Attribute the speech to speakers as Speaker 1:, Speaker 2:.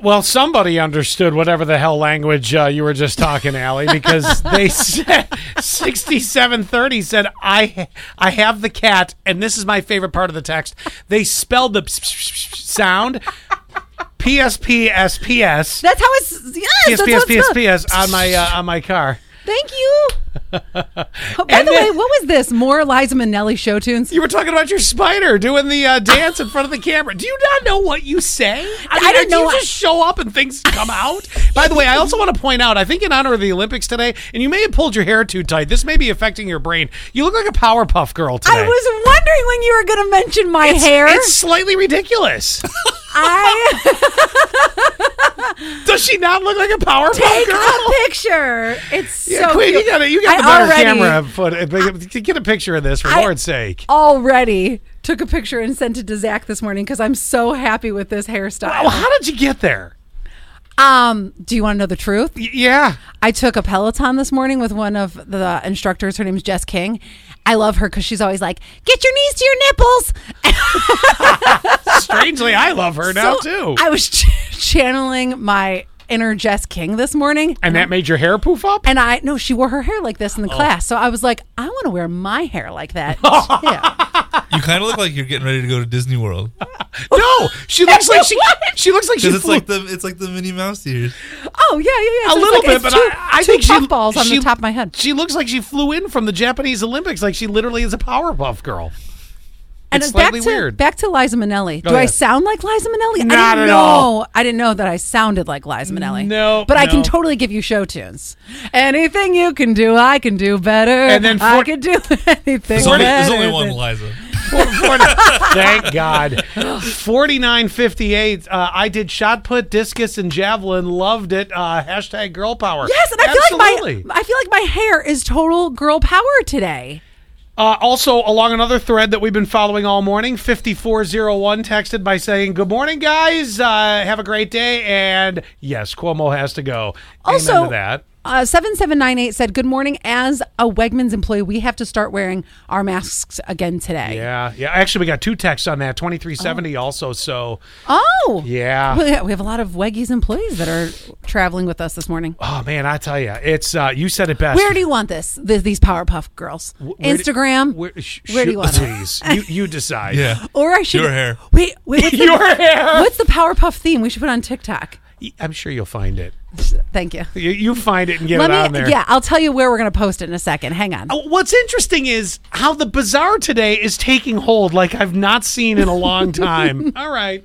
Speaker 1: Well, somebody understood whatever the hell language uh, you were just talking, Allie, because they said sixty-seven thirty said I I have the cat, and this is my favorite part of the text. They spelled the sound PSPSPS
Speaker 2: That's how it's. Yes, that's how it's spelled.
Speaker 1: PSPSPS on my uh, on my car.
Speaker 2: Thank you. Oh, By
Speaker 1: And
Speaker 2: the way,
Speaker 1: then-
Speaker 2: what was this? More Liza Minnelli show tunes?
Speaker 1: You were talking about your spider doing the uh, dance in front of the camera. Do you not know what you say? I, mean,
Speaker 2: don't
Speaker 1: do
Speaker 2: know
Speaker 1: You
Speaker 2: what-
Speaker 1: just show up and things come out. By the way, I also want to point out. I think in honor of the Olympics today, and you may have pulled your hair too tight. This may be affecting your brain. You look like a Powerpuff Girl today.
Speaker 2: I was wondering when you were going to mention my hair.
Speaker 1: It's slightly ridiculous.
Speaker 2: I
Speaker 1: Does she not look like a Powerpuff
Speaker 2: take
Speaker 1: Girl?
Speaker 2: a picture. It's
Speaker 1: Yeah,
Speaker 2: so
Speaker 1: Queen,
Speaker 2: cute.
Speaker 1: you got it. You got the
Speaker 2: I
Speaker 1: better
Speaker 2: already,
Speaker 1: camera foot. Get a picture of this, for
Speaker 2: I-
Speaker 1: Lord's sake.
Speaker 2: Already took a picture and sent it to Zach this morning because I'm so happy with this hairstyle.
Speaker 1: Oh, how did you get there?
Speaker 2: Um, do you want to know the truth?
Speaker 1: Y- yeah.
Speaker 2: I took a Peloton this morning with one of the instructors. Her name's Jess King. I love her because she's always like, "Get your knees to your nipples."
Speaker 1: Strangely, I love her now too.
Speaker 2: So I was ch- channeling my inner Jess King this morning.
Speaker 1: and Oh. that made your hair poof up.
Speaker 2: And I no, she wore her hair like this in the class, so I was like, I want to wear my hair like that. too." Oh,
Speaker 3: You kind of look like you're getting ready to go to Disney World
Speaker 1: No, she looks like she. She looks like she.
Speaker 3: because it's
Speaker 1: flew-
Speaker 3: like the it's like the Minnie Mouse ears.
Speaker 2: Oh yeah, yeah, yeah.
Speaker 1: a
Speaker 2: So it's
Speaker 1: little
Speaker 2: like-
Speaker 1: bit,
Speaker 2: it's
Speaker 1: but
Speaker 2: two,
Speaker 1: I, I
Speaker 2: two
Speaker 1: think she
Speaker 2: puffballs on
Speaker 1: she-
Speaker 2: the top of my head.
Speaker 1: She looks like she flew in from the Japanese Olympics. Like she literally is a Powerpuff Girl.
Speaker 2: And
Speaker 1: it's
Speaker 2: back
Speaker 1: slightly
Speaker 2: to
Speaker 1: weird.
Speaker 2: back to Liza Minnelli. Do
Speaker 1: Oh,
Speaker 2: I
Speaker 1: yeah.
Speaker 2: sound like Liza Minnelli? I
Speaker 1: Not
Speaker 2: didn't
Speaker 1: at
Speaker 2: know.
Speaker 1: all.
Speaker 2: I didn't know that I sounded like Liza Minnelli.
Speaker 1: No,
Speaker 2: but I can
Speaker 1: no.
Speaker 2: totally give you show tunes. Anything you can do, I can do better.
Speaker 1: And then
Speaker 2: I
Speaker 1: for-
Speaker 2: can do anything.
Speaker 3: There's only, there's only
Speaker 2: better
Speaker 3: one
Speaker 2: than-
Speaker 3: Liza.
Speaker 1: Four- four- thank God. Forty nine fifty eight. Uh, I did shot put, discus, and javelin. Loved it. Uh, hashtag girl power.
Speaker 2: Yes, and I feel
Speaker 1: Absolutely.
Speaker 2: like my I feel like my hair is total girl power today.
Speaker 1: Uh, also, along another thread that we've been following all morning, 5401 texted by saying, Good morning, guys. Uh, have a great day. And yes, Cuomo has to go. Amen
Speaker 2: Also,
Speaker 1: to that.
Speaker 2: Uh, 7798 said, Good morning. As a Wegmans employee, we have to start wearing our masks again today.
Speaker 1: Yeah, yeah. Actually, we got two texts on that 2370 also. So,
Speaker 2: Oh.
Speaker 1: Yeah.
Speaker 2: Well, yeah. We have a lot of Weggies employees that are traveling with us this morning.
Speaker 1: oh, man, I tell you, it's uh, you said it best.
Speaker 2: Where do you want this? Th- these Powerpuff girls?
Speaker 1: Where do-
Speaker 2: Instagram?
Speaker 1: Where, sh-
Speaker 2: Where do you want it?
Speaker 1: Please, you, you decide.
Speaker 3: Yeah.
Speaker 2: or I should.
Speaker 3: Your hair.
Speaker 2: Wait, wait what's, the,
Speaker 1: Your hair.
Speaker 2: what's the Powerpuff theme we should put on TikTok?
Speaker 1: I'm sure you'll find it.
Speaker 2: Thank you.
Speaker 1: You, you find it and get it
Speaker 2: Let me.
Speaker 1: on there.
Speaker 2: Yeah, I'll tell you where we're going to post it in a second. Hang on.
Speaker 1: Uh, What's interesting is how the bazaar today is taking hold like I've not seen in a long time. All right.